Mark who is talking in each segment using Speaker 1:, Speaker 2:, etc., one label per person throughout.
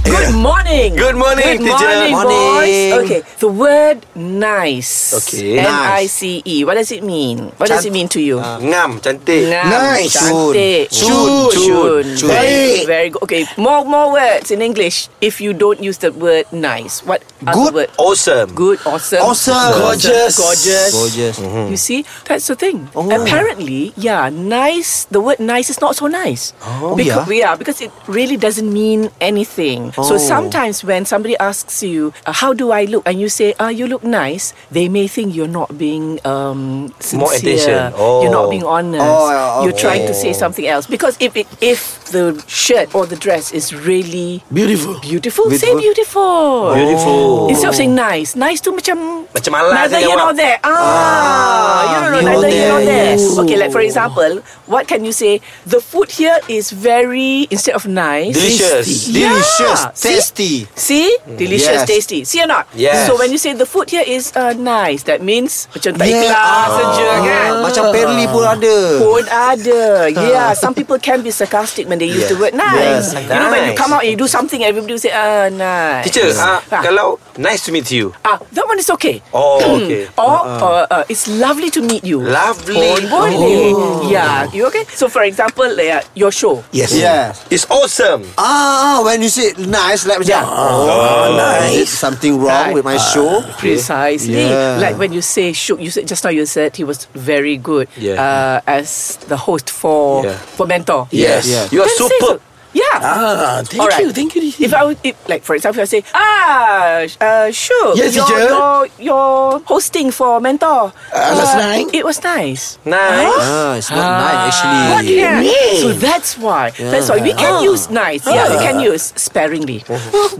Speaker 1: Eh.
Speaker 2: Good morning.
Speaker 1: Good morning,
Speaker 2: Good
Speaker 1: teacher.
Speaker 2: morning,
Speaker 1: Morning.
Speaker 2: boys. Okay, the word nice.
Speaker 1: Okay.
Speaker 2: N I C E. What does it mean? What does it mean to you?
Speaker 1: Ah, Ngam, cantik.
Speaker 2: Ngam,
Speaker 3: Nice.
Speaker 2: Cantik.
Speaker 1: Chun.
Speaker 2: Chun.
Speaker 1: Chun.
Speaker 2: Very,
Speaker 3: Baik.
Speaker 2: very good. Okay, more more words in English. If you don't use the word nice, what
Speaker 3: Good.
Speaker 2: other word?
Speaker 1: Awesome.
Speaker 2: Good, awesome,
Speaker 3: Awesome.
Speaker 1: Gorgeous. Mm-hmm.
Speaker 2: gorgeous. Oh.
Speaker 3: Gorgeous.
Speaker 2: You see, that's the thing. Apparently, yeah, nice. The word nice is not so nice. Oh, because, yeah. because it really doesn't mean anything. So sometimes when somebody asks you, uh, "How do I look?" and you say, "Ah, you look nice," they may think you're not being um,
Speaker 1: More
Speaker 2: sincere.
Speaker 1: attention. Oh.
Speaker 2: You're not being honest.
Speaker 3: Oh,
Speaker 2: You're trying to say something else. Because if it, if the shirt or the dress is really
Speaker 3: Beautiful.
Speaker 2: beautiful, say beautiful.
Speaker 1: Beautiful.
Speaker 2: Instead of saying nice, nice tu macam
Speaker 1: Macam malas je
Speaker 2: Neither you
Speaker 1: awak.
Speaker 2: know that. Ah, you don't know
Speaker 3: you
Speaker 2: neither
Speaker 3: know
Speaker 2: you know that.
Speaker 3: that.
Speaker 2: Okay, like for example, what can you say? The food here is very instead of nice.
Speaker 1: Delicious. Mm.
Speaker 2: Yeah.
Speaker 3: Delicious.
Speaker 2: See?
Speaker 3: Tasty.
Speaker 2: See? Delicious,
Speaker 3: Yes.
Speaker 2: tasty. See or not?
Speaker 1: Yes.
Speaker 2: So when you say the food here is uh, nice, that means macam tak
Speaker 3: Yeah.
Speaker 1: Ah.
Speaker 2: ikhlas saja kan?
Speaker 3: Macam Perli pun ada.
Speaker 2: Pun ada Yeah Some people can be sarcastic When they use the word nice
Speaker 1: Ah. Yes,
Speaker 2: You know when you
Speaker 1: nice.
Speaker 2: come out And you do something Everybody will say Ah nice
Speaker 1: Teacher, ah,
Speaker 2: Ah.
Speaker 1: kalau nice to meet you.
Speaker 2: Ah, that one is okay.
Speaker 1: Oh, okay.
Speaker 2: Or uh, uh, it's lovely to meet you.
Speaker 1: Uh-uh. Lovely. Oh.
Speaker 2: Pun boleh. Yeah, you okay? So for example, like, uh, your show.
Speaker 3: Yes. Yeah.
Speaker 1: It's awesome.
Speaker 3: Ah, ah, when you say nice, like
Speaker 2: Yeah.
Speaker 3: macam, oh, nice. Is it something wrong
Speaker 2: Right.
Speaker 3: with my show?
Speaker 2: Precisely.
Speaker 3: Yeah.
Speaker 2: Like when you say Shook, you said just now you said he was very good
Speaker 1: Yeah.
Speaker 2: uh, as the host for
Speaker 1: Yeah.
Speaker 2: for mentor.
Speaker 1: Yes.
Speaker 3: Yeah.
Speaker 1: You are
Speaker 2: Then say
Speaker 1: superb.
Speaker 2: so. Yeah.
Speaker 4: Ah, thank
Speaker 2: Alright.
Speaker 4: you, thank you. teacher.
Speaker 2: If I would, if, like for example, I say, ah, uh, sure,
Speaker 4: Yes,
Speaker 2: your,
Speaker 4: teacher.
Speaker 2: your your hosting for mentor
Speaker 4: last night?
Speaker 2: It was nice.
Speaker 1: Nice.
Speaker 3: Ah, it's not nice actually.
Speaker 2: What can?
Speaker 4: Yeah.
Speaker 2: So that's why. That's why we can use nice. Yeah, we can use sparingly.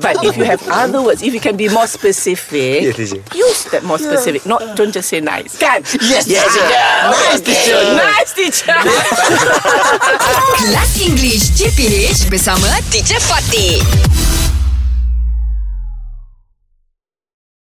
Speaker 2: but if you have other words, if you can be more specific,
Speaker 1: Yes, teacher.
Speaker 2: use that more specific. Not don't just say nice. Can yes,
Speaker 3: Yes,
Speaker 2: nice teacher, nice teacher.
Speaker 5: Kelas English CPH bersama Teacher Fatih.